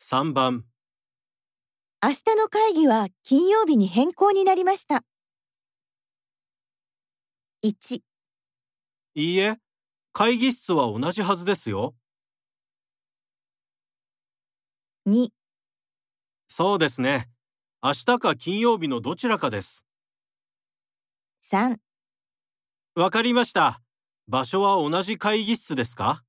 3番明日の会議は金曜日に変更になりました。1、いいえ会議室は同じはずですよ2、そうですね明日か金曜日のどちらかです3。わかりました場所は同じ会議室ですか